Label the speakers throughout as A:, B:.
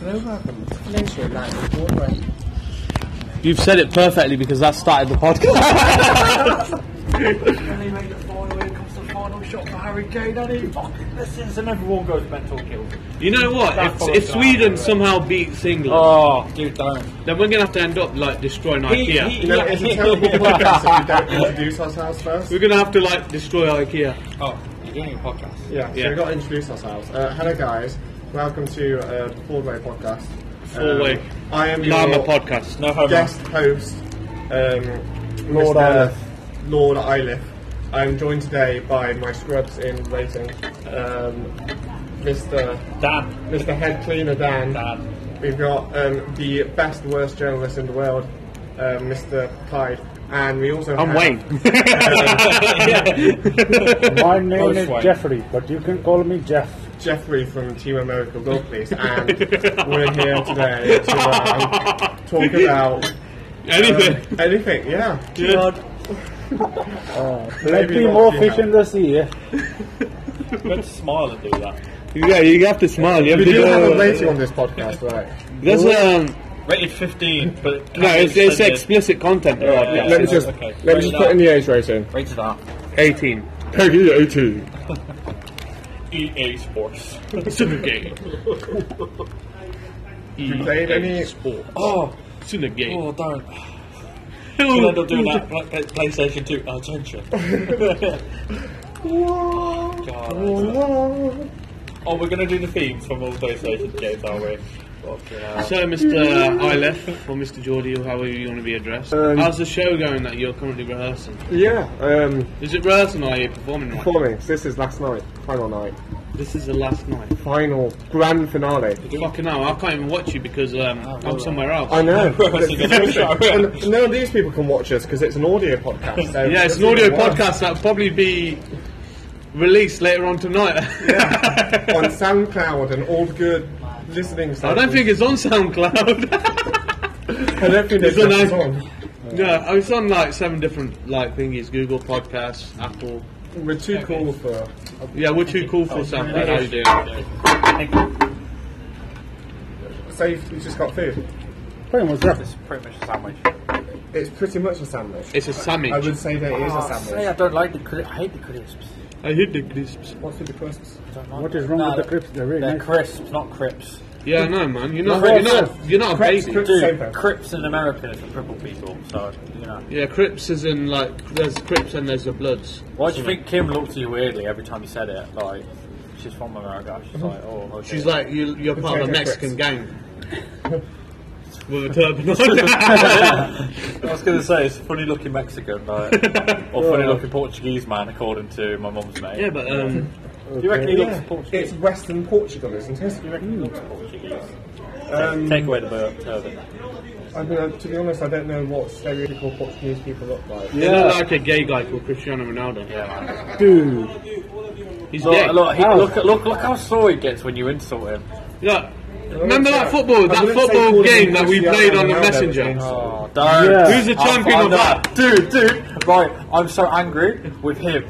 A: They're welcome. Pleasure, like, all right.
B: You've said it perfectly because that started the podcast.
C: And he made the final, here comes the final shot for Harry Kane, and he fucking misses, and everyone goes mental kill.
B: you know what?
C: That
B: If, if
C: podcast.
B: Sweden somehow beats England,
C: Oh, dude, don't.
B: then we're gonna have to end up like destroying IKEA.
C: he-
A: You know, it's a terrible podcast if we don't introduce ourselves first.
B: we're gonna have to like destroy IKEA.
C: Oh, you're doing a podcast.
A: Yeah, so
B: Yeah.
A: we've got to introduce ourselves. Uh, hello, guys. Welcome to uh, the Broadway podcast.
B: Broadway.
A: Um, I am
B: Lama
A: your
B: podcast.
C: No homo.
A: guest host, um,
C: Lord
A: Mr.
C: Iliff.
A: Lord Iliff. I'm joined today by my scrubs in waiting, um, Mr.
C: Dan.
A: Mr. Head Cleaner Dan.
C: Dan.
A: We've got um, the best worst journalist in the world, um, Mr. Clyde, and we also
B: I'm
A: have,
B: Wayne.
D: My name is
C: Volkswagen.
D: Jeffrey, but you can call me Jeff.
A: Jeffrey from Team America Gold Police, and we're here today to um, talk about
B: Anything.
A: um, anything. Yeah,
B: Yeah.
D: Plenty
A: not,
D: more
A: yeah.
D: fish in the sea. Eh?
C: Let's smile and do that.
B: Yeah, you have to smile. You have
A: we
B: to
A: do have
B: do
A: a rating on this podcast, right?
B: There's um,
C: Rated 15, but.
B: no, it's, it's explicit content.
C: Yeah, yeah,
A: Let me
C: yeah.
A: just
C: Okay.
A: let me just put in the age rating.
C: Rated R.
B: 18.
A: Peggy eighteen.
C: EA Sports.
B: Sunagay.
A: You played any?
B: Sport.
C: Oh,
B: Sunagay.
C: oh, don't. We'll end up doing that pla- pla- PlayStation 2 attention. Oh, we're gonna do the themes from all the PlayStation games, are we? Fucking hell.
B: So, Mr. Ilef, or Mr. Geordie, or however you want to be addressed,
A: Um,
B: how's the show going that you're currently rehearsing?
A: Yeah, um,
B: Is it rehearsing or are you performing right?
A: performing. So this is last night, final night,
B: This is the last night.
A: final grand finale.
B: Fucking hell, I can't even watch you because um, I'm somewhere else.
A: I know.
C: Show.
A: and none of these people can watch us because it's an audio podcast. So
B: yeah, it's an audio podcast that'll probably be released later on tonight.
A: on SoundCloud and all the good listening.
B: I don't think it's on SoundCloud.
A: I don't think
B: it's
A: there's
B: on
A: much
B: iTunes. yeah, it's on like seven different like thingies: Google Podcasts, Apple.
A: on. We're too cool for.
B: Yeah, we're too cool for SoundCloud. How you doing?
A: So you've, you've just got food.
D: Pretty much, yeah.
C: It's pretty much a sandwich.
A: It's pretty much a sandwich.
B: It's a
A: I
B: sandwich.
A: would say that it is a sandwich.
C: I don't like the crisps. I hate the crisps.
B: I hate the crisps.
A: What's with the crisps?
D: What is wrong
C: No,
D: with the crisps? They're very
C: They're
D: nice.
C: crisps, not crips.
B: Yeah, I know, man. You're not.
D: No,
B: You're
D: no,
B: not. You're not a
A: Crepes,
B: baby.
A: crepes.
C: Dude,
A: Same thing.
C: crips in America is for crippled people, so, you know.
B: Yeah, Crips is in like there's Crips and there's the Bloods.
C: Why do you think Kim looked at you weirdly every time you said it? Like, she's from America. She's like, oh, okay.
B: She's like you, you're part of a
A: Potato
B: Mexican
A: Crips.
B: gang with a turban. on.
C: I was going to say, it's a funny looking Mexican, like, or funny looking Portuguese man, according to my mum's mate.
B: yeah, but um,
C: Do you reckon he
A: Yeah.
C: looks Portuguese?
A: It's Western Portugal, isn't it?
C: Do you reckon he looks Portuguese?
A: Um,
C: Take away the bur- turban.
A: I mean, uh, to be honest, I don't know what stereotypical Portuguese people look like.
B: they look like a gay guy called Cristiano Ronaldo.
C: Yeah, man.
D: Dude,
B: He's
C: Look,
B: gay.
C: look, he,
D: Oh.
C: look, look, look how sore he gets when you insult him.
B: Look, remember that football,
A: I
B: that
A: wouldn't say
B: football
A: Gordon
B: game that we
A: Cristiano
B: played on the
A: Ronaldo
B: messenger?
A: was
C: Oh, don't.
D: Yeah.
B: Who's the
C: I'll
B: champion of
C: find out.
B: that?
C: Dude, dude. Right, I'm so angry with him.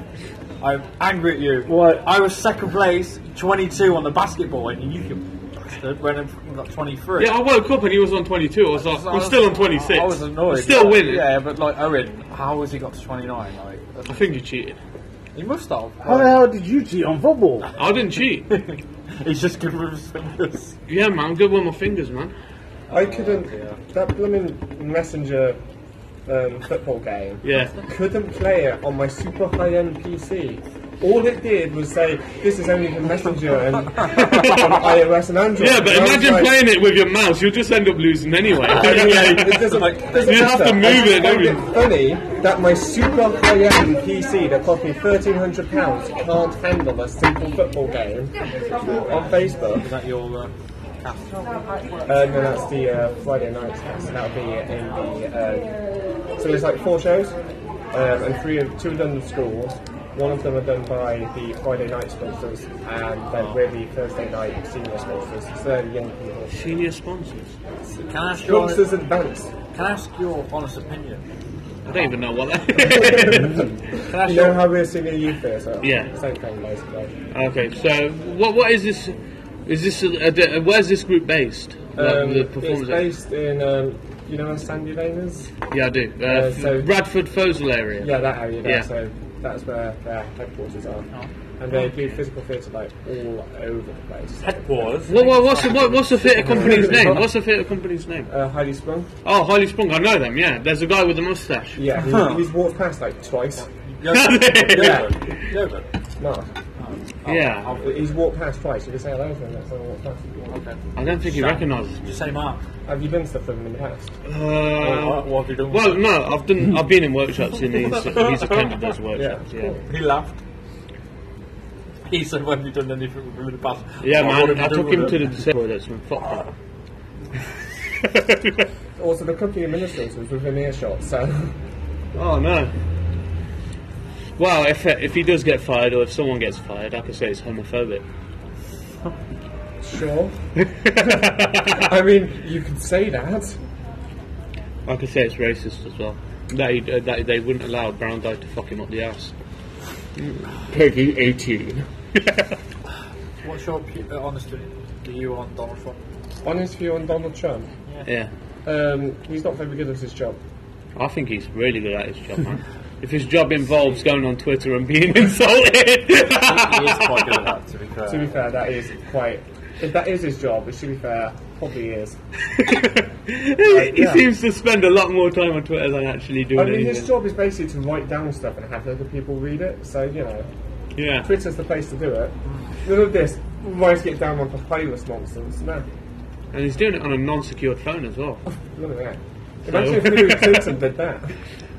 C: I'm angry at you.
D: What?
C: I was second place, 22 on the basketball, and you can bastard when I'm like 23.
B: Yeah, I woke up and he was on 22. I was like,
C: So I
B: I'm
C: was-
B: still on 26.
C: I was annoyed.
B: I'm still winning.
C: Yeah, but like Owen, how has he got to 29? Like,
B: I think you cheated.
C: he must have.
B: Oh,
D: how the hell did you cheat on football?
B: I didn't cheat.
C: He's just good with his fingers.
B: yeah, man, I'm good with my fingers, man.
A: I couldn't. That blooming messenger um, football game.
B: Yeah.
A: Couldn't play it on my super high end PC. All it did was say, "This is only for Messenger and on iOS and Android."
B: Yeah, but
A: And I was
B: imagine
A: like,
B: playing it with your mouse. You'll just end up losing anyway.
A: Anyway, it doesn't, doesn't
B: You have
A: matter.
B: to move
A: I just
B: it,
A: find
B: don't you?
A: it funny that my super high-end PC that cost me thirteen hundred pounds can't handle a simple football game on Facebook.
C: Is that your uh, cast?
A: Uh, no, that's the uh, Friday night cast. That'll be in the. Uh, so there's like four shows, um, and three of two are done in schools. One of them are done by the Friday night sponsors, and then we're the Thursday night senior sponsors. So they're young people.
B: Senior sponsors.
C: Can I ask your
A: Sponsors and banks.
C: Can I ask your honest opinion?
B: I don't even know what that.
C: Can I ask
A: You know
C: your,
A: how we're senior youth here, so
B: Yeah.
A: same thing basically.
B: okay, so what what is this? Is this a, a, di- where's this group based? Like,
A: Um,
B: the
A: it's
B: performance-
A: based in, um, you know where Sandy Lane is?
B: Yeah, I do. Uh,
A: Uh, so-
B: Bradford Fosal area.
A: Yeah, that area there.
B: Yeah. Oh.
A: So that's where their headquarters are. And they do physical theatre like all over the place.
C: Headquarters.
B: What, what, what's the what, what's the theatre company's name? What's the theatre company's name?
A: Uh, Heidi Sprung?
B: Oh, Highly Sprung. I know them. Yeah, there's a guy with a mustache.
A: Yeah,
C: Huh.
A: he, he's walked past like twice.
B: Yeah.
C: Yeoman.
A: Mark,
C: Oh,
B: Yeah.
A: he's walked past twice. You can say hello to him next time he walks past.
C: Okay.
B: I don't think he
C: Shut-
B: recognises me.
C: Just say Mark.
A: Have you done stuff with him in the past?
B: Uh,
C: what, what have you done?
B: well, no, I've done. I've been in workshops and he's he's attended those workshops. Yeah.
C: he laughed. He said, "When have you done anything with him in the past?"
B: Yeah,
C: Oh, what have
B: man.
C: you
B: I
C: done
B: took
C: with
B: him to
C: him?
B: the toilets and fuck. him.
A: Also, the company of ministers was within earshot, so
B: Oh no. Well, if if he does get fired or if someone gets fired, I could say it's homophobic.
A: sure. I mean, you could say that.
B: I could say it's racist as well. That, he, uh, that they wouldn't allow a brown guy to fuck him up the ass. Peggy 18.
C: What's your pu- uh, honest view on Donald Trump?
A: On his view on Donald Trump,
B: Yeah.
A: um, he's not very good at his job.
B: I think he's really good at his job, man. if his job involves going on Twitter and being insulted.
C: He is quite good at that, to be fair.
A: To be fair, that is quite. If that is his job, which to be fair, probably is.
B: he
A: yeah.
B: seems to spend a lot more time on Twitter than actually doing
A: I mean,
B: anything.
A: his job is basically to write down stuff and have other people read it. So you know,
B: yeah.
A: Twitter's the place to do it. None of this writing it down on papyrus nonsense. No,
B: And he's doing it on a non secured phone as well.
A: look at that. Imagine if Hillary Clinton did that.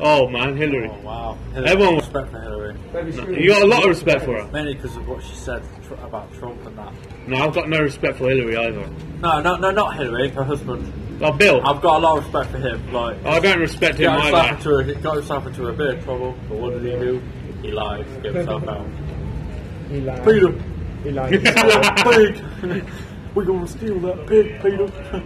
B: Oh, man, Hillary.
C: Oh, wow.
B: Everyone-
C: respect for Hillary.
A: That'd be screwed.
B: You got a lot of respect for her.
C: Mainly because of what she said tr- about Trump and that.
B: No, I've got no respect for Hillary either.
C: No, no, no, not Hillary, her husband.
B: Oh, Bill.
C: I've got a lot of respect for him. Like,
B: I don't respect him
C: got himself,
B: either.
C: into a, he got himself into a bit of trouble, but what did he do? He lied, get himself out.
A: He lied.
C: Peter,
A: He lied.
C: pig! We're going to steal that pig, Peter.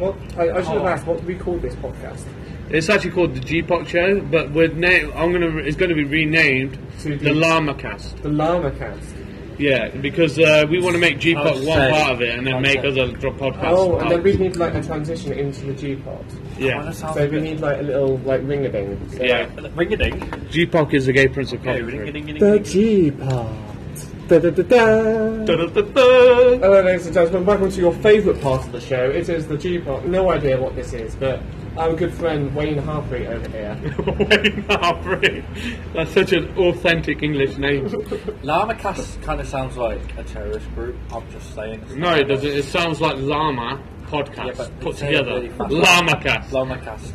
A: What, I, I should have asked what we call this podcast.
B: It's actually called the G-Pop Show, but we're na- I'm gonna re- it's going to be renamed
A: To
B: the
A: the-
B: Llama Cast.
A: The Llama Cast.
B: Yeah, because uh, we want to make G-Pop
C: I'd
B: one
C: say-
B: part of it and then
C: I'd
B: make
C: say.
B: other drop podcasts.
A: Oh, and
B: part.
A: then we need like a transition into the G pod.
C: Oh,
B: yeah,
A: So we need like a little like ring a ding. So,
B: yeah.
C: Ring a ding.
B: G-Pop is the gay prince of
C: Yeah, ring a
B: Coventry.
C: ding, ding,
A: The
C: ding.
A: G pod. Da, da, da, da.
B: Da-da-da-da.
A: Hello, ladies and gentlemen. Welcome to your favourite part of the show. It is the G pod. No idea what this is, but our good friend Wayne Harpreet over here.
B: Wayne Harvey. That's such an authentic English name.
C: Llama Cast kind of sounds like a terrorist group. I'm just saying. It's
B: No, it doesn't. It sounds like Llama
C: Yeah,
B: podcast
C: but
B: put
C: it's a
B: together.
C: really fast-
B: Llama Cast.
C: Llama Cast.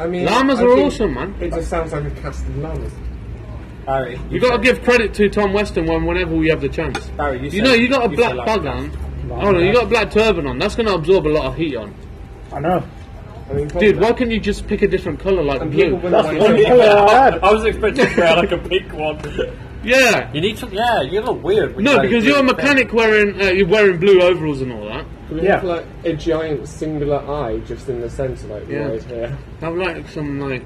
A: I mean,
B: Llamas
A: I
B: are
A: think
B: awesome, man.
A: It just sounds like a cast of llamas.
C: Barry,
B: You got to give credit to Tom Weston when, whenever we have the chance.
C: Barry, you,
B: You
C: said-
B: know, you got a
C: you
B: black
C: said Llama
B: bug
C: Cast.
B: on. Hold on, you got a black turban on. That's going to absorb a lot of heat on.
D: I know.
A: I mean,
B: Dude, why can't you just pick a different colour like
A: And people
B: blue?
A: wouldn't
D: That's
A: like
D: one
A: it.
D: colour I had.
C: I was expecting to wear like a pink one.
B: Yeah.
C: You need to, yeah, you look weird. when
B: No,
C: wear
B: because
C: blue
B: you're a
C: thing.
B: mechanic wearing uh, you're wearing blue overalls and all that.
A: Can we
D: Yeah.
A: have like a giant singular eye just in the centre, like
B: Yeah.
A: right here.
B: Have like some like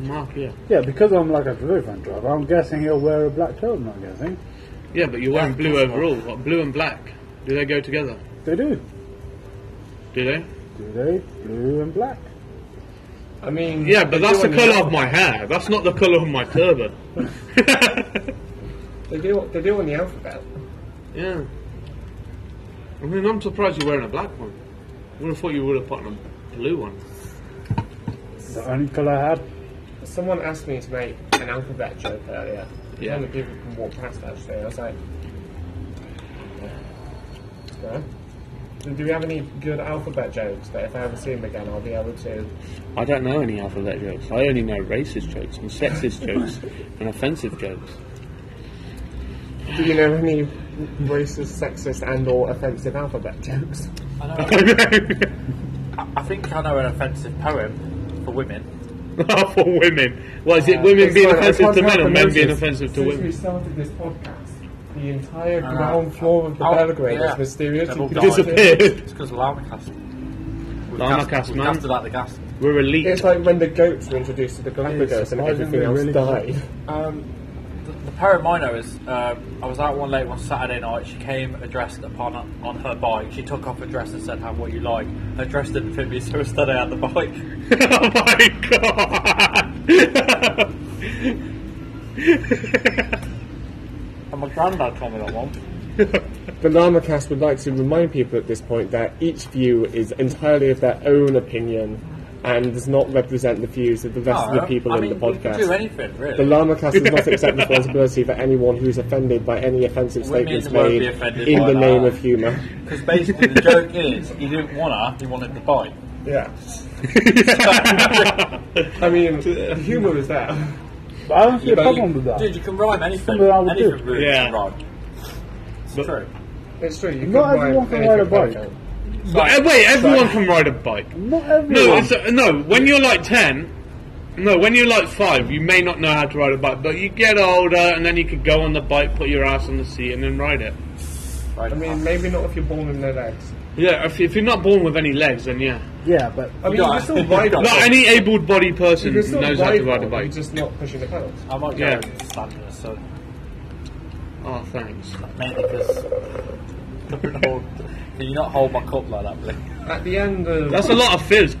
B: mark here.
D: Yeah, because I'm like a delivery van driver, I'm guessing he'll wear a black turban, I'm guessing.
B: Yeah, but you're wearing blue overalls. What blue and black? Do they go together?
D: They do.
B: Do they?
D: Do they? Blue and black.
A: I mean,
B: Yeah, but
A: they
B: that's
A: do
B: the
A: on
B: colour
A: the-
B: of my hair. That's not the colour of my turban.
A: They do. They do on the alphabet.
B: yeah. I mean, I'm surprised you're wearing a black one. I would have thought you would have put on a blue one.
D: The only colour I had.
A: Someone asked me to make an alphabet joke earlier.
B: Yeah.
A: One of the people can walk past actually. I was like, yeah. So do we have any good alphabet jokes that if I ever see them again, I'll be able to?
B: I don't know any alphabet jokes. I only know racist jokes and sexist jokes and offensive jokes.
A: Do you know any racist, sexist, and/or offensive alphabet jokes?
C: I, know,
B: for
C: I think I know an offensive poem for women.
B: women. What is it? Women
A: It's
B: being
A: like, I
B: offensive
A: can't
B: to men
A: help
B: or
A: but
B: men being
A: notice,
B: offensive to
A: since
B: women?
A: we started this podcast, the entire
C: Uh,
A: ground floor of the
C: oh,
A: Belgrade
C: yeah.
A: is mysteriously
C: They've all gone.
B: Disappeared.
C: It's because of Llama Cast. We've
B: Llama
C: cast-
B: Cast,
C: we've
B: man.
C: Casted out the gas.
B: We're elite.
A: It's like when the goats were introduced to the Galapagos and
D: surprisingly
A: everything else
D: really
A: died.
C: Um, the, the Paramino is. Uh, I was out one late one Saturday night. She came dressed upon on her bike. She took off her dress and said, "Have what you like." Her dress didn't fit me, so instead I had the bike.
B: oh my god!
C: And my granddad told me that one.
A: The LlamaCast would like to remind people at this point that each view is entirely of their own opinion and does not represent the views of the rest of the people
C: I
A: in
C: mean,
A: the podcast.
C: We can do anything really.
A: The LlamaCast does not accept responsibility for anyone who is offended by any offensive
C: Women
A: statements
C: won't be
A: made
C: offended
A: in
C: by
A: the
C: that.
A: name of humour.
C: Because basically the joke is, he didn't want her, he wanted the bike.
A: Yeah. I mean, humour is that.
D: But I don't see a
A: But you-
D: problem with that.
C: Dude, you can rhyme anything.
D: Something I would
C: Anything
D: do.
C: really
B: Yeah.
C: can rhyme. It's
B: But-
C: true.
A: It's true. You
D: Not
A: could
D: everyone
A: rhyme
D: can ride a
A: anything
D: bike.
A: about it.
B: But, uh, wait, everyone can ride a bike.
D: Not
B: No,
D: everyone.
B: it's, uh, no. When you're like ten, no. When you're like five, you may not know how to ride a bike, but you get older, and then you could go on the bike, put your ass on the seat, and then ride it.
C: Right.
A: I mean, maybe not if you're born with no legs.
B: Yeah, if, if you're not born with any legs, then yeah.
D: yeah, but
A: I mean, you can
C: Yeah.
A: still ride a
B: Not
A: bike.
B: any able-bodied person
A: You can still
B: knows how to ride a
A: one,
B: bike.
A: You're just not pushing the pedals.
C: I might go
B: Yeah.
C: and stand in the sun,
B: Oh, thanks.
C: mainly because don't hold, can you not hold my cup like that, please?
A: At the end of
B: That's a lot of fizz.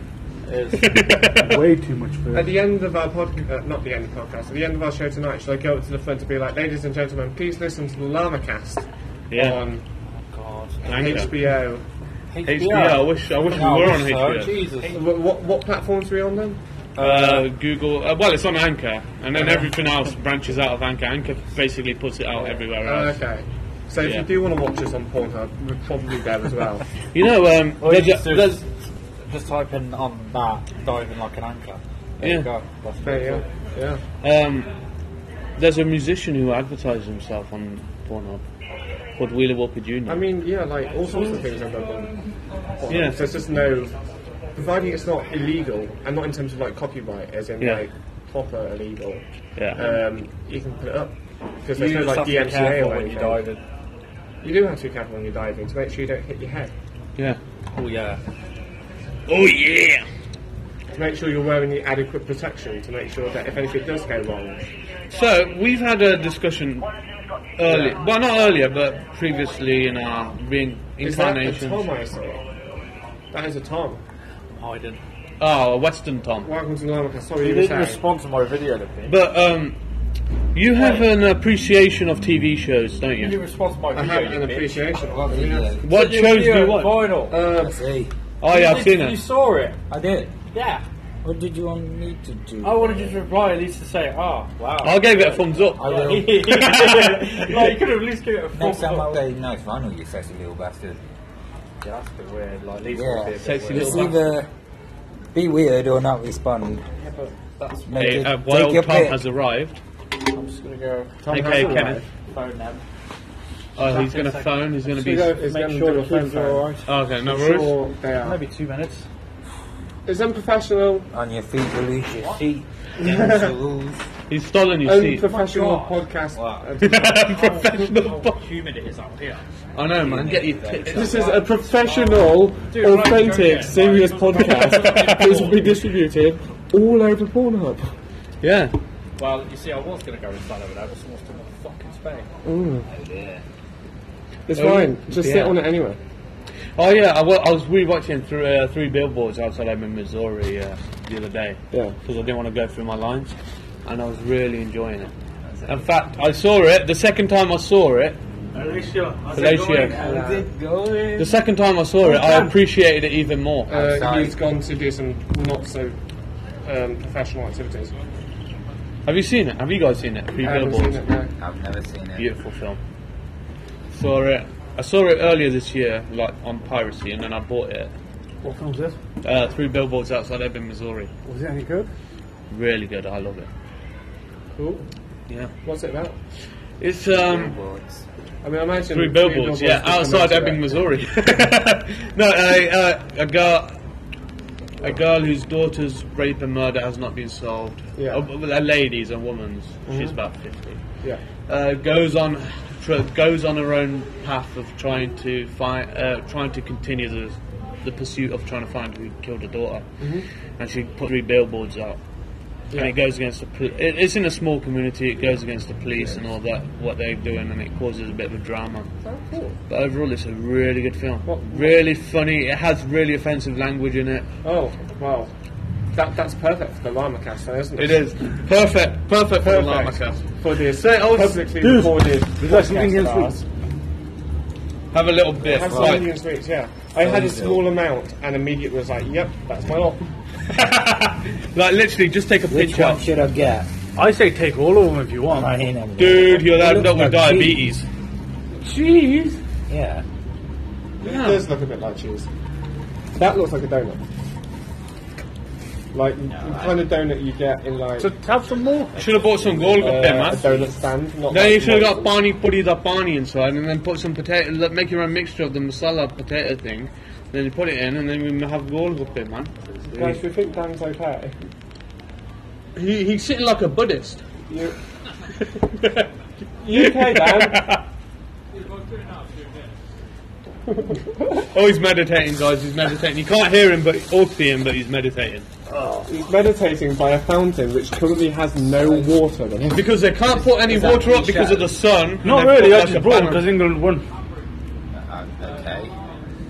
C: It's-
D: way too much for
A: At the end of our podcast, uh, not the end of the podcast, at the end of our show tonight, should I go up to the front to be like, ladies and gentlemen, please listen to the LlamaCast
B: Yeah.
A: on
C: God.
B: HBO.
A: HBO.
B: HBO. I wish I wish we
C: Oh,
B: were on HBO.
C: Jesus.
A: What, what, what platforms are we on then?
B: Uh, Google. Uh, well, it's on Anchor, and then everything else branches out of Anchor. Anchor basically puts it out everywhere
A: Uh,
B: else.
A: okay. So if
B: Yeah.
A: you do want to watch us on Pornhub, we're probably there as well.
B: You know, um,
C: Or oh, you
B: there's,
C: just,
B: a, there's,
C: just, just type in on that, diving like an anchor. There
B: Yeah.
C: you go. That's
A: there you
C: pretty
A: go. Yeah.
B: um, there's a musician who advertises himself on Pornhub called Wheeler Walker Jr.
A: I mean, yeah, like all sorts of things I've done. on Pornhub.
B: Yeah.
A: So it's just no, providing it's not illegal, and not in terms of like copyright, as in
B: Yeah.
A: like proper illegal.
B: yeah.
A: Um, you can put it up because
C: cool.
A: there's
C: You
A: no
C: just
A: like
C: have to be
A: DMCA
C: careful
A: or
C: when you
A: anything.
C: dive in.
A: You do have to be careful when you're diving to make sure you don't hit your head.
B: yeah.
C: Oh yeah.
B: Oh yeah.
A: To make sure you're wearing the adequate protection to make sure that if anything does go wrong.
B: So we've had a discussion earlier, well not earlier, but previously in our
A: Is that a
B: reincarnation.
A: Tom I saw? That is a Tom.
C: Hiding.
B: Oh, a Western Tom.
A: Welcome to Lamaka. Sorry,
C: You
A: you were
C: didn't
A: saying.
C: respond to my video, did you?
B: But um, you have an appreciation of TV shows, don't
C: You
B: you?
C: respond to my
A: I
C: video.
A: have
C: you
A: an
C: bitch.
A: appreciation.
C: Well, yeah.
B: What
C: You-
B: shows do you watch?
C: Vinyl.
A: Uh,
B: Oh yeah, I've seen
C: You
B: it.
C: saw it.
E: I did.
C: Yeah.
E: What did you want me to do?
C: I wanted you to reply at least to say, oh, wow.
B: I gave it a thumbs up.
E: I
C: like,
E: will.
C: you could have at least given it a
E: Next
C: thumbs
E: time I'll
C: up.
E: play nice vinyl, you sexy little bastard.
C: Yeah, that's a bit weird. Like, leave
E: Yeah.
C: it a bit
B: Sexy
C: weird.
E: Just either be weird or not respond.
C: Yeah, but that's me.
E: Make
B: Hey,
E: it-
B: uh,
E: take your
B: Wild Tom
E: pick.
B: has arrived.
C: I'm just going to go
A: Tom
B: Okay,
A: has
B: Kenneth.
A: arrived.
C: phone them.
B: Oh, he's
C: Back in
B: going
C: a
B: to
C: second.
B: phone. He's going to
A: Should we
B: be.
A: go is
C: Make
A: gonna
C: sure
A: do
C: the
A: a phone
C: kids are
A: phone?
C: alright.
B: Oh, okay, no worries.
A: Sure, they are.
C: Maybe two minutes.
A: It's unprofessional,
E: On your feet, you lose your seat. Down the rules.
B: He's stolen your seat.
A: unprofessional
C: Oh my
A: podcast.
B: Professional.
C: How Oh, humid it is out here.
B: I know, man. Get your tits.
A: This is a professional,
C: Dude, right,
A: authentic,
C: okay.
A: serious
C: Right.
A: podcast which will be distributed all over Pornhub.
B: Yeah.
C: Well, you see, I was going to go inside over there, but someone's took my fucking space.
A: It's
B: Oh,
A: fine. Just sit
B: yeah.
A: on it anyway.
B: Oh yeah, I wa- I was rewatching through uh, three billboards outside home in Missouri uh, the other day.
A: Yeah.
B: Because I didn't want to go through my lines, and I was really enjoying it. In fact, I saw it the second time I saw it. Horatio.
E: How's it going?
B: The second time I saw it, I appreciated it even more.
A: Uh,
E: Outside.
A: he's gone to do some not so um, professional activities.
B: Have you seen it? Have you guys seen it? Three
A: I haven't seen
B: billboards.
A: it, no.
E: I've never seen it.
B: Beautiful film. Saw it. I saw it earlier this year, like on piracy, and then I bought it.
D: What film's this?
B: Uh, three billboards outside Ebbing, Missouri.
D: Was it any good?
B: Really good. I love it.
A: Cool.
B: Yeah.
A: What's it about?
B: It's um.
E: Billboards.
A: I mean, I imagine
B: Three billboards, yeah, outside Ebbing, Missouri. no, a, uh, a girl, a girl whose daughter's rape and murder has not been solved.
A: Yeah.
B: a, a lady's, a woman's. She's about fifty.
A: Yeah.
B: Uh, goes on, tr- goes on her own path of trying to find, uh, trying to continue the,
A: Mm-hmm.
B: the pursuit of trying to find who killed her daughter, and she put three billboards out. and it goes against the. Pol- it, it's in a small community. It goes against the police and all that what they're doing, and it causes a bit of a drama.
A: Oh, cool.
B: But overall, it's a really good film.
A: What-
B: Really funny. It has really offensive language in it.
A: Oh, well, that, that's perfect for the llama cast, though, isn't it?
B: It is perfect, perfect for the llama
A: Perfect
B: cast.
A: for this
B: Say, oh,
A: publicly
D: dude,
A: recorded
D: is that something
A: podcast of
D: else we-
A: ours.
B: Have a little bit.
A: Have
B: Right.
A: something else we- yeah. I had a small amount and immediately was like, yep, that's my lot.
B: like literally, just take a
E: Which
B: picture.
E: one should I get?
D: I say take all of them if you want.
E: I mean, I'm-
B: Dude, you'll
E: It
B: end
E: looks
B: up with
E: like cheese.
B: diabetes.
D: Jeez.
E: Yeah.
A: It does look a bit like cheese. That looks like a donut. Like the kind of donut you get in like
D: So have some more.
B: Should have bought some Golgappa,
A: uh, a
B: man.
A: donut stand. Not
B: No,
A: like,
B: you should have
A: like-
B: got pani puri da pani inside, and then put some potato. like, Make your own mixture of the masala potato thing. Then you put it in, and then we have Golgappa, man.
A: Guys, we think Dan's okay.
B: He, he's sitting like a Buddhist.
A: You, you okay, Dan?
B: Oh, he's meditating, guys. He's meditating. You can't hear him, but or see him, but he's meditating
A: He's meditating by a fountain which currently has no water in it.
B: because they can't put any
E: that
B: water up because of
E: shadow?
B: the sun. and
D: Not
B: they've
D: really.
B: got
D: I
B: like a
D: just brought them
B: banner.
D: because England won.
E: Uh, okay.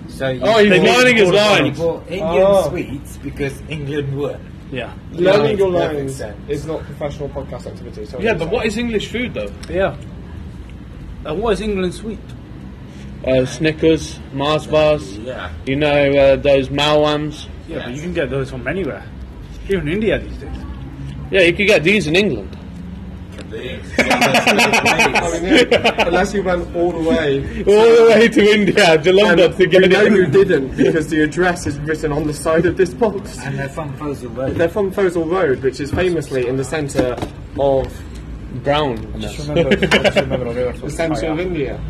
E: So you
B: Oh, he's
E: bought-
B: lining his
E: you bought-
B: lines.
E: you bought Indian
A: Oh.
E: sweets because England won.
D: Yeah.
A: Learning your
E: Perfect
A: lines
E: sense.
A: is not professional podcast activity. So
B: Yeah, but what is English food though?
D: Yeah. And what is England sweet?
B: Uh, Snickers, Mars bars.
E: Yeah.
B: You know uh, those Malwams.
D: Yeah, but you can get those from anywhere. Even India these days.
B: Yeah, you could get these in England.
A: I mean, yeah, unless you went all the way.
B: All the way to India, to London, to get
A: we know
B: it.
A: you didn't because the address is written on the side of this box.
E: And they're from Fossil Road.
A: They're from Fossil Road, which is famously in the centre of
B: Brown.
A: the centre of India.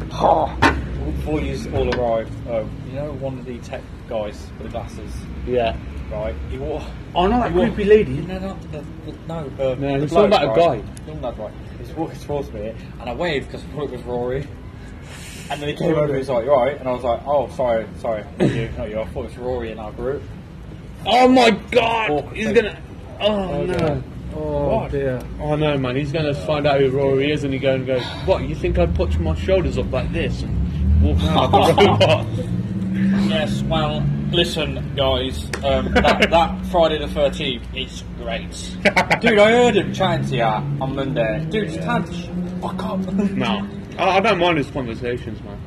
C: Before you all arrived, um, you know one of the tech guys with the glasses,
B: Yeah.
C: right? He wore.
D: Oh no, that creepy lady.
C: No, no, the, the, no. Uh,
B: No,
C: the
B: he's
C: bloke,
B: talking about a
C: right?
B: guy.
C: Young lad, right? He's walking towards me, and I waved because I thought it was Rory. And then he came over and he's like, "You all right?" And I was like, "Oh, sorry, sorry, not you, not you. I thought it was Rory in our group."
B: Oh my god! He's gonna. Oh no.
D: Oh dear.
B: Oh no, man. He's gonna find out who Rory is and he go and go, What, you think I'd put my shoulders up like this and walk around like a robot?
C: Yes, well, listen, guys, um, that, that Friday the 13th is great. Dude, I heard him chatting to you on Monday. Dude, it's time to sh- fuck up.
B: No. I, I don't mind his conversations, man.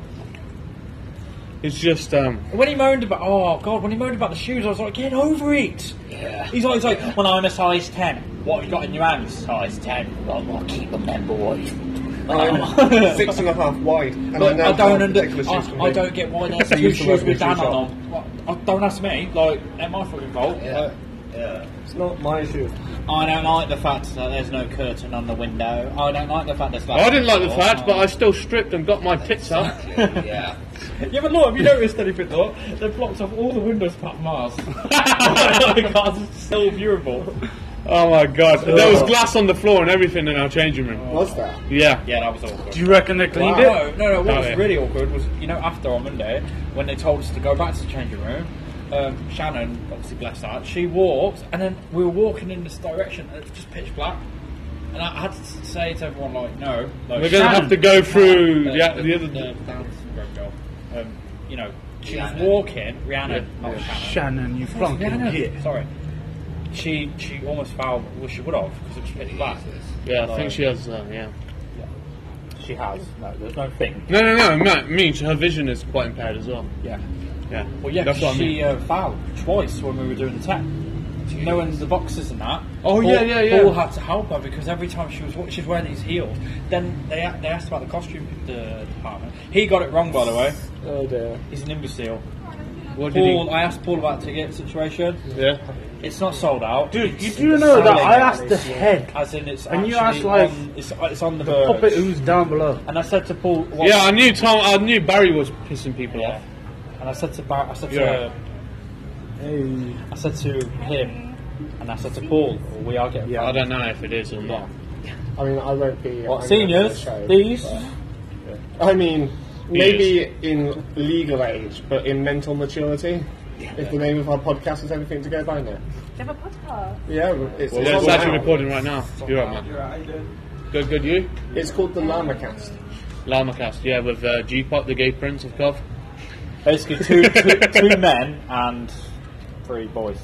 B: It's just, um.
C: When he moaned about, oh god, when he moaned about the shoes, I was like, get over it. Yeah. He's always like, well, I'm a size 10. What have you got in your hands? Size 10. Well, I'll keep them then, boy.
A: I'm six and a half wide, and
C: Look,
A: know
C: I don't
A: how
C: under,
A: ridiculous
C: I,
A: this can
C: I
A: be.
C: don't get why there's two
A: used to
C: shoes
A: working
C: with Dan
A: shoe
C: on them. Well, I- Don't ask me. Like, ain't my fucking fault. Like,
A: It's not my issue.
C: I don't like the fact that there's no curtain on the window. I don't like the fact there's.
B: I didn't like the fact, but I still stripped and got my tits out.
E: yeah.
C: Yeah, but look, have you noticed anything? Look, they've blocked off all the windows but Mars. Mars is still viewable.
B: Oh my god. There was glass on the floor and everything in our changing room.
A: What's that?
B: Yeah.
C: Yeah, that was awkward.
D: Do you reckon they cleaned it?
C: No, no, no. What
B: Oh,
C: was
B: yeah.
C: really awkward was, you know, after on Monday when they told us to go back to the changing room. Um, Shannon, obviously, bless her, she walked, and then we were walking in this direction, and it was just pitch black. And I had to s- say to everyone, like, no, like,
B: We're going to have to go through the,
C: Yeah,
B: the other.
C: dance girl. Um, you know, she was
E: Rihanna.
C: walking. Rihanna, not Shannon.
D: Shannon, you
C: Fucking
D: flunking git.
C: Rihanna. Sorry. She she almost fouled. Well, she would have because it was pitch black.
B: Yeah, I think she has. Uh, yeah.
C: She has. No, there's no thing.
B: No, no, no, no. Means her vision is quite impaired as well.
C: Yeah.
B: Yeah.
C: Well, yeah.
B: That's what I
C: she
B: mean.
C: uh, fouled twice when we were doing the tech. Knowing the boxes and that.
B: Oh,
C: Paul,
B: yeah, yeah, yeah.
C: Paul had to help her because every time she was she's wearing these heels. Then they a- they asked about the costume the department. He got it wrong, by the way.
A: Oh dear.
C: He's an imbecile.
B: What did
C: Paul,
B: he?
C: I asked Paul about the ticket situation.
B: Yeah.
C: It's not sold out.
D: Dude, you do know that I asked the head
C: As in, it's
D: And you
C: actually
D: asked, like,
C: on, it's, it's on the, verge.
D: puppet who's down below.
C: And I said to Paul, what-
B: Yeah, I knew Tom. I knew Barry was pissing people
C: Yeah.
B: off.
C: And I said to Bar- I said to,
B: Yeah.
D: Hey.
C: I said to him, and I said to Paul, we are getting.
B: I don't know if it is or not.
A: I mean, I won't be.
C: What
A: I'm
C: seniors?
A: not gonna show,
C: These?
A: but- I mean, Maybe in legal age, but in mental maturity. If the name of our podcast is anything to go by now.
F: have a podcast.
A: Yeah, it's,
B: Well,
A: it's,
B: that's
A: on
B: actually
A: now.
B: recording right now. You're right, man. Good, good. You?
A: it's called the Lamacast.
B: Lamacast, yeah, with uh, G-Pop, the gay prince of Cov.
C: Basically, two, two, two men and three boys.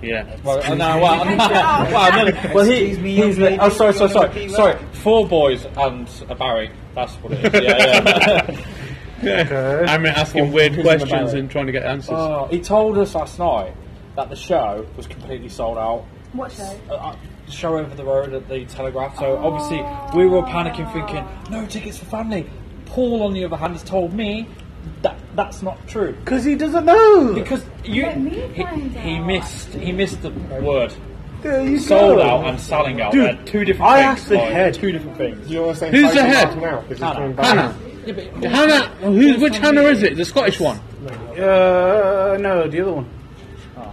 B: Yeah.
C: Well, uh, no, well, no,
F: me.
C: well, no, well, he,
E: Excuse me,
C: he's
E: young
C: the,
E: lady,
C: oh, sorry,
E: do
C: sorry,
E: you wanna
C: sorry,
E: be
C: sorry, four boys and a Barry. That's what it is. Yeah, yeah.
B: I'm asking weird
C: Prison
B: questions
C: about it.
B: and trying to get answers.
C: oh, he told us last night that the show was completely sold out.
F: What show?
C: Uh, uh, the show over the road at the Telegraph. So obviously we were panicking, thinking no tickets for family. Paul, on the other hand, has told me that that's not true
D: Because he doesn't know.
C: because you
F: Let me
C: he,
F: find
C: he
F: out.
C: missed he missed the word.
D: There you
C: Sold
D: go.
C: out and selling out.
D: Dude,
C: They're two different
D: I
C: things.
D: asked the
C: Lloyd.
D: head.
C: Two different things.
A: Do you want to say
B: Who's
A: hi to
B: the head?
A: Mark now? 'Cause he's
C: Hannah.
A: coming back.
B: Hannah. Hannah, who, which Hannah is it? The Scottish one?
D: Uh, no, the other one.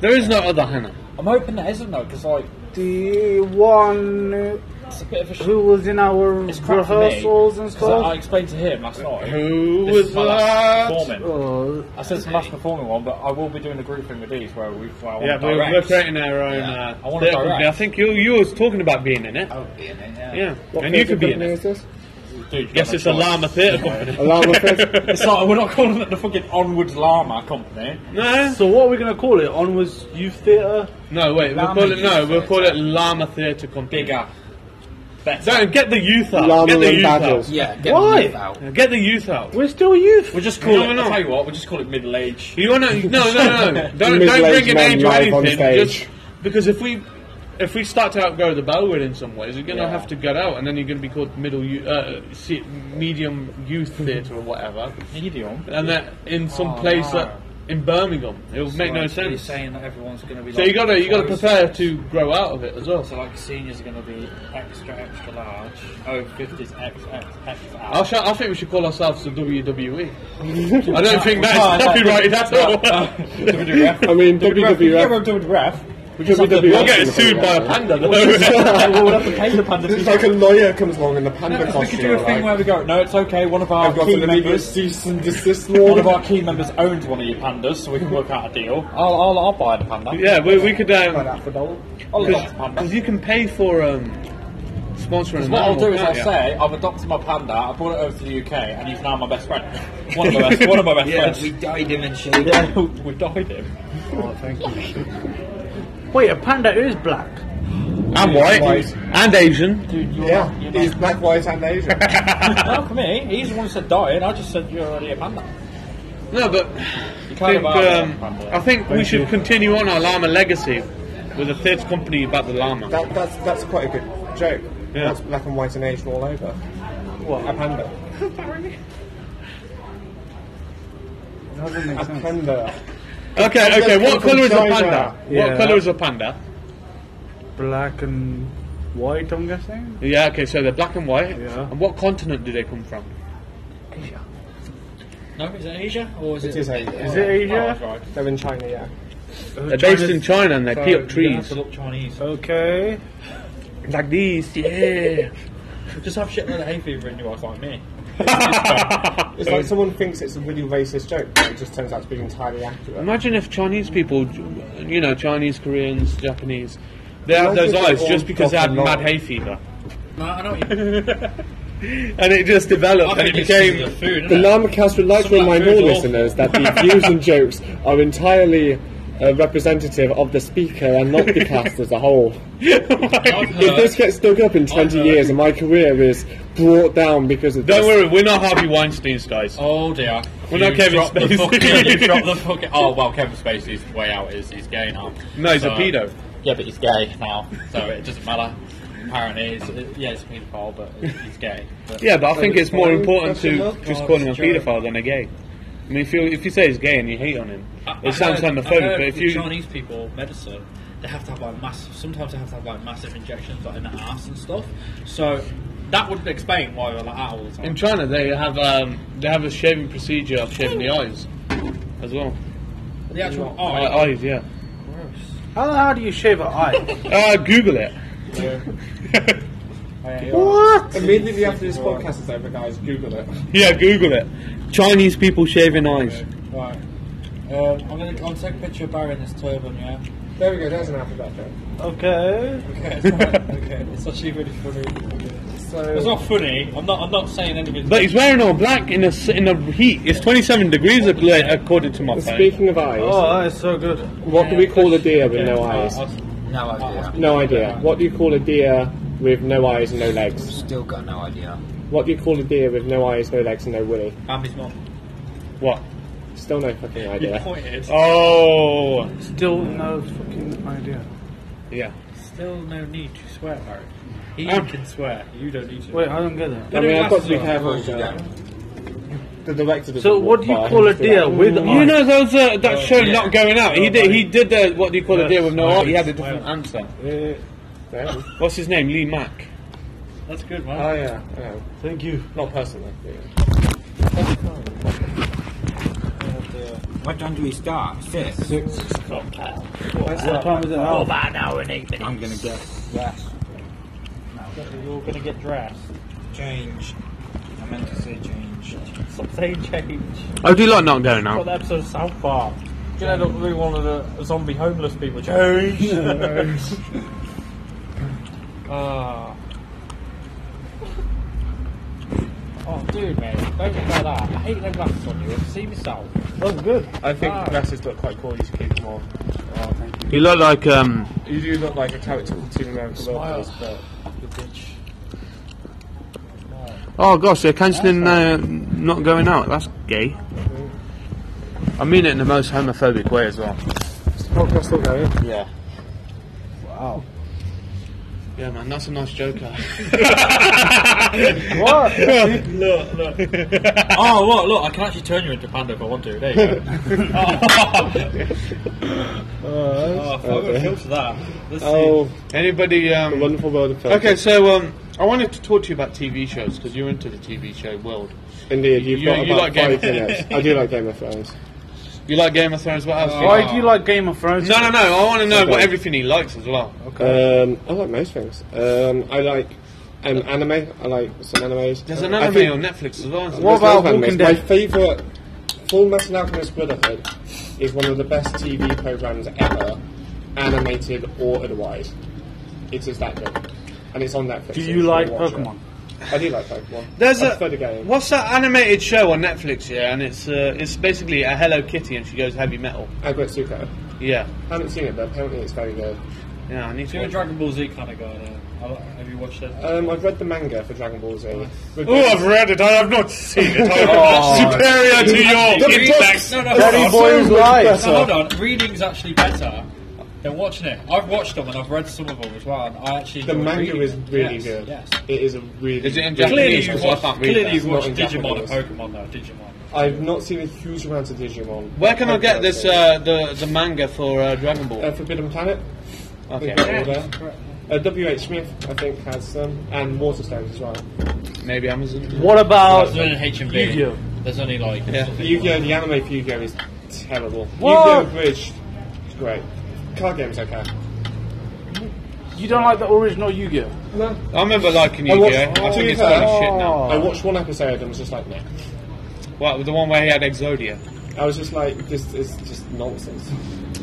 B: There is no other Hannah.
C: I'm hoping there isn't though, because like
D: The one
C: it's a bit of a sh-
D: who was in our
C: it's crap for me.
D: rehearsals and
C: 'cause I, I
D: stuff.
C: explained to him last night.
B: Who
C: this
B: was
C: is my last
B: that?
C: Performing.
D: Oh,
C: I said it's my last performing one, but I will be doing a group thing with these where we where I
B: Yeah,
C: want to
B: we're,
C: direct.
B: we're creating our own.
C: Yeah. I
B: Uh,
C: wanna
B: theatre company. I
C: direct. Uh,
B: think you you was talking about being in it.
C: Oh,
E: I'll be in it, yeah.
B: Yeah,
A: What
B: and you
A: theatre
B: could be in
A: company
B: it.
A: is this?
C: Dude,
B: Yes, it's a llama theatre company.
A: Alarm Effect?
C: It's like we're not calling it the fucking Onwards Llama Company.
B: No,
D: So what are we going to call it? Onwards Youth Theatre?
B: Eh? no, wait. We'll
C: Llama
B: call it no.
C: Youth
B: We'll call it
C: Theatre.
B: llama theatre company.
C: Bigger, better.
B: Don't get the youth out.
A: Llama
B: get the
A: and
B: youth
A: badgers.
E: Yeah, get
D: Why?
E: the move out.
B: out. Get the youth out.
D: We're still youth.
C: We'll just call
B: No,
C: it.
B: no, no.
C: I'll tell you what, we'll just call it middle age.
B: You wanna no no no. Don't don't
A: Middle-aged
B: bring an
A: men
B: age or
A: live on
B: anything.
A: stage.
B: Just because if we if we start to outgrow the Bellwood in some ways, you're gonna
C: Yeah.
B: have to get out, and then you're gonna be called middle you- uh, se- medium youth theatre or whatever,
C: Medium.
B: and that in some
C: Oh,
B: place
C: no.
B: that in Birmingham, it'll make no sense. So
C: saying that everyone's going to be.
B: you gotta you gotta prepare to grow out of it as well.
C: So like seniors are going to be extra extra large. Oh, 50s X X X.
B: I, sh- I think we should call ourselves the WWE. I don't think that's copyrighted at all.
A: I mean, WWF.
C: WWF.
A: WWF.
B: We'll get sued by a panda though.
C: We'll have to pay the panda.
A: It's like a lawyer comes along in the
C: No,
A: panda
C: we
A: costume.
C: could do a thing
A: like,
C: where we go. No, it's okay. One of our
A: I've got
C: key
A: an immediate
C: members.
A: cease and desist
C: One of
A: law.
C: our key members owns one of your pandas, so we can work out a deal. I'll, I'll, I'll buy the panda.
B: yeah, we, we could. Um,
C: I'll adopt the panda.
B: Because you can pay for um, sponsoring.
C: What I'll do is I'll
B: can't you?
C: say I've adopted my panda. I brought it over to the UK, and he's now my best friend. One of my best, one of my best
E: Yeah, we
C: friends.
E: dyed him and shaved him.
C: Yeah, we died him.
D: Wait, a panda is black.
B: I'm white and Asian.
C: Dude, you're
A: Yeah,
C: not- you're
A: he's
C: not-
A: black, white, and Asian.
C: How come me? He's the one who said dying. I just said you're already a panda.
B: No, but
C: You
B: I
C: can't
B: think,
C: have our
B: um,
C: panda.
B: I think we should continue on our llama legacy with a third company about the llama.
A: That, that's that's quite a good joke.
B: Yeah.
A: That's black and white and Asian all over. What? A panda. A panda.
B: Okay, okay. What
A: come
B: color is a
A: from
B: panda? What
D: Yeah.
B: color is a panda?
D: Black and white, I'm guessing?
B: Yeah. Okay. So they're black and white.
D: Yeah.
B: And what continent do they come from?
C: No, is it Asia or is it?
A: It is Asian.
D: Is it Asia?
C: right.
A: They're in China, yeah.
B: They're based in Uh, China and they
D: So
B: peel
D: you
B: trees.
C: look Chinese.
D: Okay.
B: Like these, yeah.
C: Just have shit with a hay fever in your eyes like me.
A: It's like someone thinks it's a really racist joke, but it just turns out to be entirely accurate.
B: Imagine if Chinese people, you know, Chinese, Koreans, Japanese, they have those
A: Imagine if
B: eyes
A: they all
B: just because they had
A: got along.
B: mad hay fever.
C: No, I know what you mean.
B: And it just developed and it became.
C: food.
A: The Lamacast would like to
C: Some of that
A: remind all
C: food's
A: listeners that the views and jokes are entirely uh, representative of the speaker and not the cast as a whole. If this gets dug up
B: Oh,
A: in 20 years and my career is brought down because of
B: Don't
A: this,
B: worry, we're not Harvey Weinstein's guys.
C: Oh dear.
B: Well, not
C: You
B: Kevin
C: dropped the
B: Spacey.
C: fucking- you dropped the fucking- oh, well, Kevin Spacey's way out. Is he's gay now.
B: No, he's a pedo.
C: Yeah, but he's gay now, so it doesn't matter. Apparently, it's, it, yeah, it's paedophile, but it- he's gay. But
B: Yeah, but I think it's more
A: fine,
B: important
A: that's
B: to
A: enough.
B: just
C: Oh,
B: call him a
C: it's true.
B: paedophile than a gay. I mean, if you, if you say he's gay and you hate on him, it sounds homophobic, but if you.
C: Chinese people medicine, they have to have like massive. Sometimes they have to have like massive injections like in the ass and stuff. So that would explain why they're like that all the time.
B: In China, they have um, they have a shaving procedure of shaving the eyes as well.
C: the actual
B: Eye-
C: eye.
B: Eyes, yeah.
D: How the hell do you shave an eye?
B: Uh, Google it. What?
A: Immediately after this podcast is over, guys, Google it.
B: Yeah, Google it. Chinese people shaving eyes.
C: Right. Um, I'm gonna I'll take a picture of Barry in this turban, yeah?
A: There we go, there's an alphabet joke.
G: Okay.
C: Okay, it's not, okay. It's actually really funny. It's
A: So,
C: not funny. I'm not I'm not saying anything.
B: But he's wearing all black in a s- in a heat. It's 27 degrees ac- according to my phone.
A: speaking of eyes,
G: Oh, that is so good.
A: what do we call a deer with no eyes?
E: No idea.
A: No idea. What do you call a deer with no eyes and no legs?
E: Still got no idea.
A: What do you call a deer with no eyes, no legs, and no willy?
C: I'm his mum.
B: What?
A: Still no fucking
C: You
A: idea.
C: pointed.
B: Oh,
G: Still no fucking idea.
B: yeah.
C: Still no need to swear, Barry. He
B: Um,
C: can swear. You don't need to.
G: Wait, I don't get that.
A: I mean, I've got to be
C: Glasses
A: careful. uh, The director doesn't
G: So, what do
A: walk
G: you
A: by
G: call a
A: and be
G: deer
A: like,
G: with
B: You
G: eyes?
B: know those uh, that show not going out. He did. He did the what do you call a deer with no
G: Yes.
B: eye? He had a different answer.
A: "Eh, no."
B: What's his name? Lee Mack.
C: That's good, man.
A: Oh yeah, yeah.
G: Thank you.
A: not personally. yeah.
E: What time do we start? Six.
G: What time is it now?
E: I'm gonna guess.
C: You're gonna get dressed.
E: Change. I meant to say change.
C: Stop saying change.
B: I do like not going
C: What
B: out.
C: the episode of South Park? You end up being one of the zombie homeless people. Change. Ah. Oh, dude, mate, don't get like that. I hate them glasses on you. See yourself.
G: That's good.
A: I think
C: Ah.
A: glasses look quite cool. You should keep them on.
B: You look like um.
A: You do look like a character from Two American Lovers, but
B: Oh gosh, they're cancelling uh, not going out. That's gay. I mean it in the most homophobic way as well.
A: is the podcast still going?
B: Yeah. Wow. Yeah, man, that's a nice joker.
G: What?
C: Look, look. oh, look, look, I can actually turn you into panda if I want to. There you go. oh, fuck, I'm killed for that. Let's
A: Oh,
B: Anybody?
A: the
B: Um,
A: wonderful world of film.
B: okay, so um, I wanted to talk to you about TV shows because you're into the TV show world.
A: Indeed, you've
B: You-
A: got
B: you
A: about
B: like Game of-
A: five minutes. I do like Game of Thrones.
B: You like Game of Thrones? What else?
A: Oh,
B: do you
G: Why
B: like?
G: do you like Game of Thrones?
B: No, no, no. I want to know what
A: Okay.
B: everything he likes as well.
A: Um, I like most things. Um, I like um, anime. I like some animes.
B: There's an
A: I
B: anime
A: think-
B: on Netflix as well. isn't
A: What
G: about
A: about Walking
G: Walking
A: My
G: Dead?
A: favourite, Full Metal Alchemist Brotherhood, is one of the best TV programs ever, animated or otherwise. It is that good, and it's on Netflix.
G: Do
A: so
G: you
A: should
G: like
A: watch it.
G: Pokemon?
A: I do like Pokemon.
B: There's
A: I
B: a
A: prefer the game.
B: what's that animated show on Netflix? Yeah, and it's uh, it's basically a Hello Kitty, and she goes heavy metal.
A: Agretsuko.
B: Yeah,
A: Haven't seen it, but apparently it's very good.
B: yeah. I need
C: see. You're a
B: to.
C: Dragon Ball Z kind of guy, then. I like- Have you watched it?
A: Um, I've read the manga for Dragon Ball Z. With
B: Oh, I've read it. I have not seen it.
G: Oh.
B: I'm superior to your
C: Actually,
B: index.
C: No, no, hold on.
A: Boy's
G: life.
C: No, hold on. Reading's actually better than watching it. I've watched them and I've read some of them as well, and I actually
A: The
C: enjoy
A: manga
C: reading
A: is
C: them.
A: really
C: yes,
A: good.
C: Yes.
A: It is a really.
B: Is it in
A: good-
B: Japanese?
C: Clearly,
B: Yes,
C: you've
B: because
C: watched,
B: I can't read
C: clearly
B: that.
C: you've
A: It's not
C: watched
A: in
C: Digimon and
A: Japanese.
C: Pokemon, though. Digimon.
A: I've not seen a huge amount of Digimon.
B: Where can I get
A: Pokemon,
B: this
A: so-
B: uh, the the manga for uh, Dragon
A: Uh,
B: Ball?
A: Forbidden Planet. I
B: Okay,
A: think they're all there. Uh, W.H. Smith, I think, has some, and Waterstones as well.
B: maybe Amazon.
G: What about
C: There's only HMV.
G: Yu-Gi-Oh.
C: There's only like.
B: Yeah.
A: Yu-Gi-Oh! The anime for Yu-Gi-Oh! is terrible.
G: What?
A: Yu-Gi-Oh! Bridge is great. Card game's okay.
G: you don't like the original Yu-Gi-Oh?
A: No.
B: I remember liking
A: I
B: Yu-Gi-Oh.
A: watched-
B: I think it's
A: Oh.
B: kind of shit now.
A: I watched one episode and was just like, nah.
B: Well, the one where he had Exodia.
A: I was just like, this is just nonsense.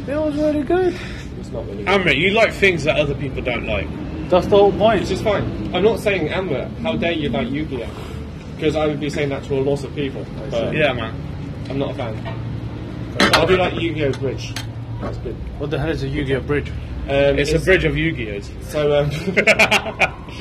G: It was really good.
A: It's not really. good.
B: Amrit, you like things that other people don't like.
G: That's the whole
A: It's
G: point.
A: just fine. I'm not saying Amber. How dare you like Yu-Gi-Oh? Because I would be saying that to a lot of people. But
B: Yeah, man.
A: I'm not a fan. But I do like Yu-Gi-Oh! Bridge. That's good.
G: What the hell is a Yu-Gi-Oh bridge?
A: Um,
B: It's, a bridge of Yu-Gi-Ohs.
A: So um,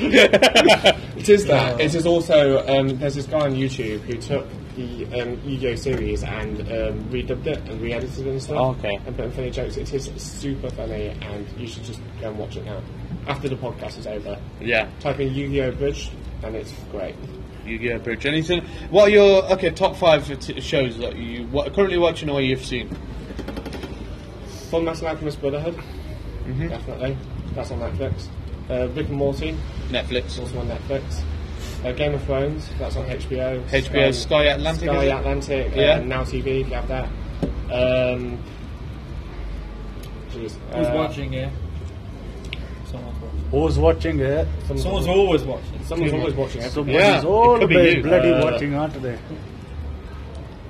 A: it is that. It is also um, there's this guy on YouTube who took the um, Yu-Gi-Oh series and um, redubbed it and re-edited it and stuff.
B: Okay.
A: And put in funny jokes. It is super funny, and you should just go and watch it now. After the podcast is over,
B: yeah,
A: type in Yu-Gi-Oh Bridge, and it's great.
B: Yu-Gi-Oh bridge. Anything? What are your okay top five t- shows that you wa currently watching or you've seen?
A: Full Metal Alchemist Brotherhood, definitely. That's on Netflix. Uh, Rick and Morty,
B: Netflix,
A: also on Netflix. Uh, Game of Thrones, that's on HBO.
B: HBO, Sky Atlantic.
A: Sky
B: is it?
A: Atlantic,
B: Yeah.
A: yeah. Now TV, if you have that. Um, jeez,
C: Who's
A: uh,
C: watching here?
H: Someone's
D: Who's watching it?
H: watching. Someone's always watching.
B: Mm-hmm.
A: Someone's always watching it.
B: Somebody's
D: Somebody's always bloody
B: Uh,
D: watching, aren't they?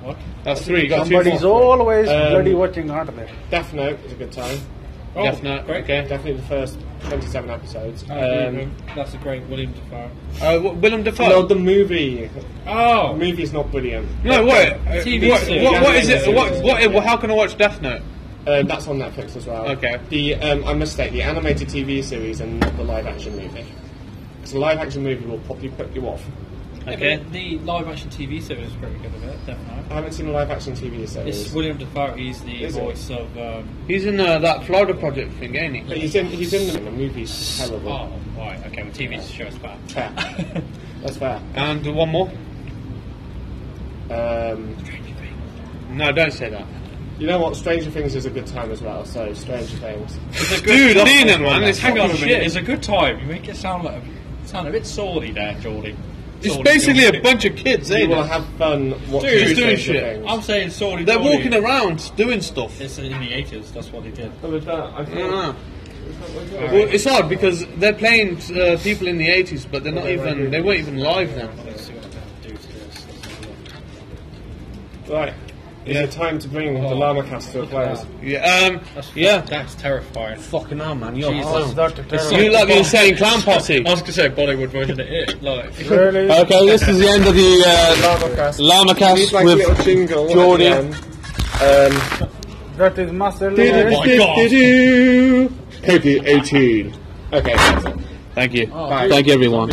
H: What?
B: That's three. You got
D: Somebody's
B: two more.
D: always
A: Um,
D: bloody watching, aren't they?
A: Death Note is a good time.
H: Oh,
B: Death Note,
H: great.
B: okay.
A: Definitely the first 27 episodes.
H: Um,
A: Um,
H: that's a great William Defoe.
B: Uh, Wi- Willem Dafoe.
A: no, the movie. The
H: Oh,
A: movie's not brilliant.
B: No, what? uh,
H: TV
B: what,
H: series.
B: what- what
A: Yeah,
B: is
A: yeah,
B: it?
A: yeah,
B: What,
A: yeah.
B: what, well, how can I watch Death Note?
A: Um, that's on Netflix as well.
B: Okay.
A: The um, I must say the animated TV series and not the live action movie. Because a live action movie will probably put you off.
B: Okay.
H: the live action TV series is pretty good of it, definitely.
A: I haven't seen a live action TV
H: It's
A: series.
H: William Defoe. He's the
A: Is it?
H: voice of. Um,
B: He's in uh, that Florida Project thing, ain't he?
A: But he's in he's in the, the movie's
H: oh,
A: terrible.
H: right. Okay, well, TV show's bad.
A: Fair. That's fair.
B: And one more.
A: Um,
B: No, don't say that.
A: you know what? Stranger Things is a good time as well. So Stranger Things.
H: It's a
B: Dude, Nina, man, it's
H: hang on a
B: fucking
H: minute.
B: shit.
H: It's a good time. You make it sound like a, sound a bit sorely there, Geordie.
B: It's
H: Sorely,
B: basically
H: Geordie.
B: a bunch of kids,
A: You
B: ain't
A: want to
B: it?
A: have fun watching
B: Dude, he's
A: Stranger
B: doing shit.
A: Things.
H: I'm saying sorely.
B: They're
H: Geordie.
B: walking around doing stuff.
H: It's in the eighties. That's what they did.
B: Uh, well, it's hard because they're playing uh, people in the 80s, but they're not even, they weren't even live then.
H: Let's see what they can do to this.
A: Right. Is it time to bring
B: Oh.
A: the Llama Cast to a close?
B: Yeah, um,
H: That's,
B: yeah.
H: that's terrifying.
B: Fucking hell, man, you're
H: Jesus.
B: hard.
D: Dr.
B: You like the insane clown posse.
H: I was gonna say Bollywood version of it. Like,
D: Really?
B: Okay, this is the end of the uh,
A: Llama Cast.
B: Llama
A: Need
B: Cast
A: like a little
B: with.
A: jingle. at
B: Geordie.
A: the end. Um,
D: That is Master
H: Oh
D: Lee.
H: my god!
B: Peggy 18.
A: okay. That's it.
H: Oh.
B: Thank you. Thank you, everyone.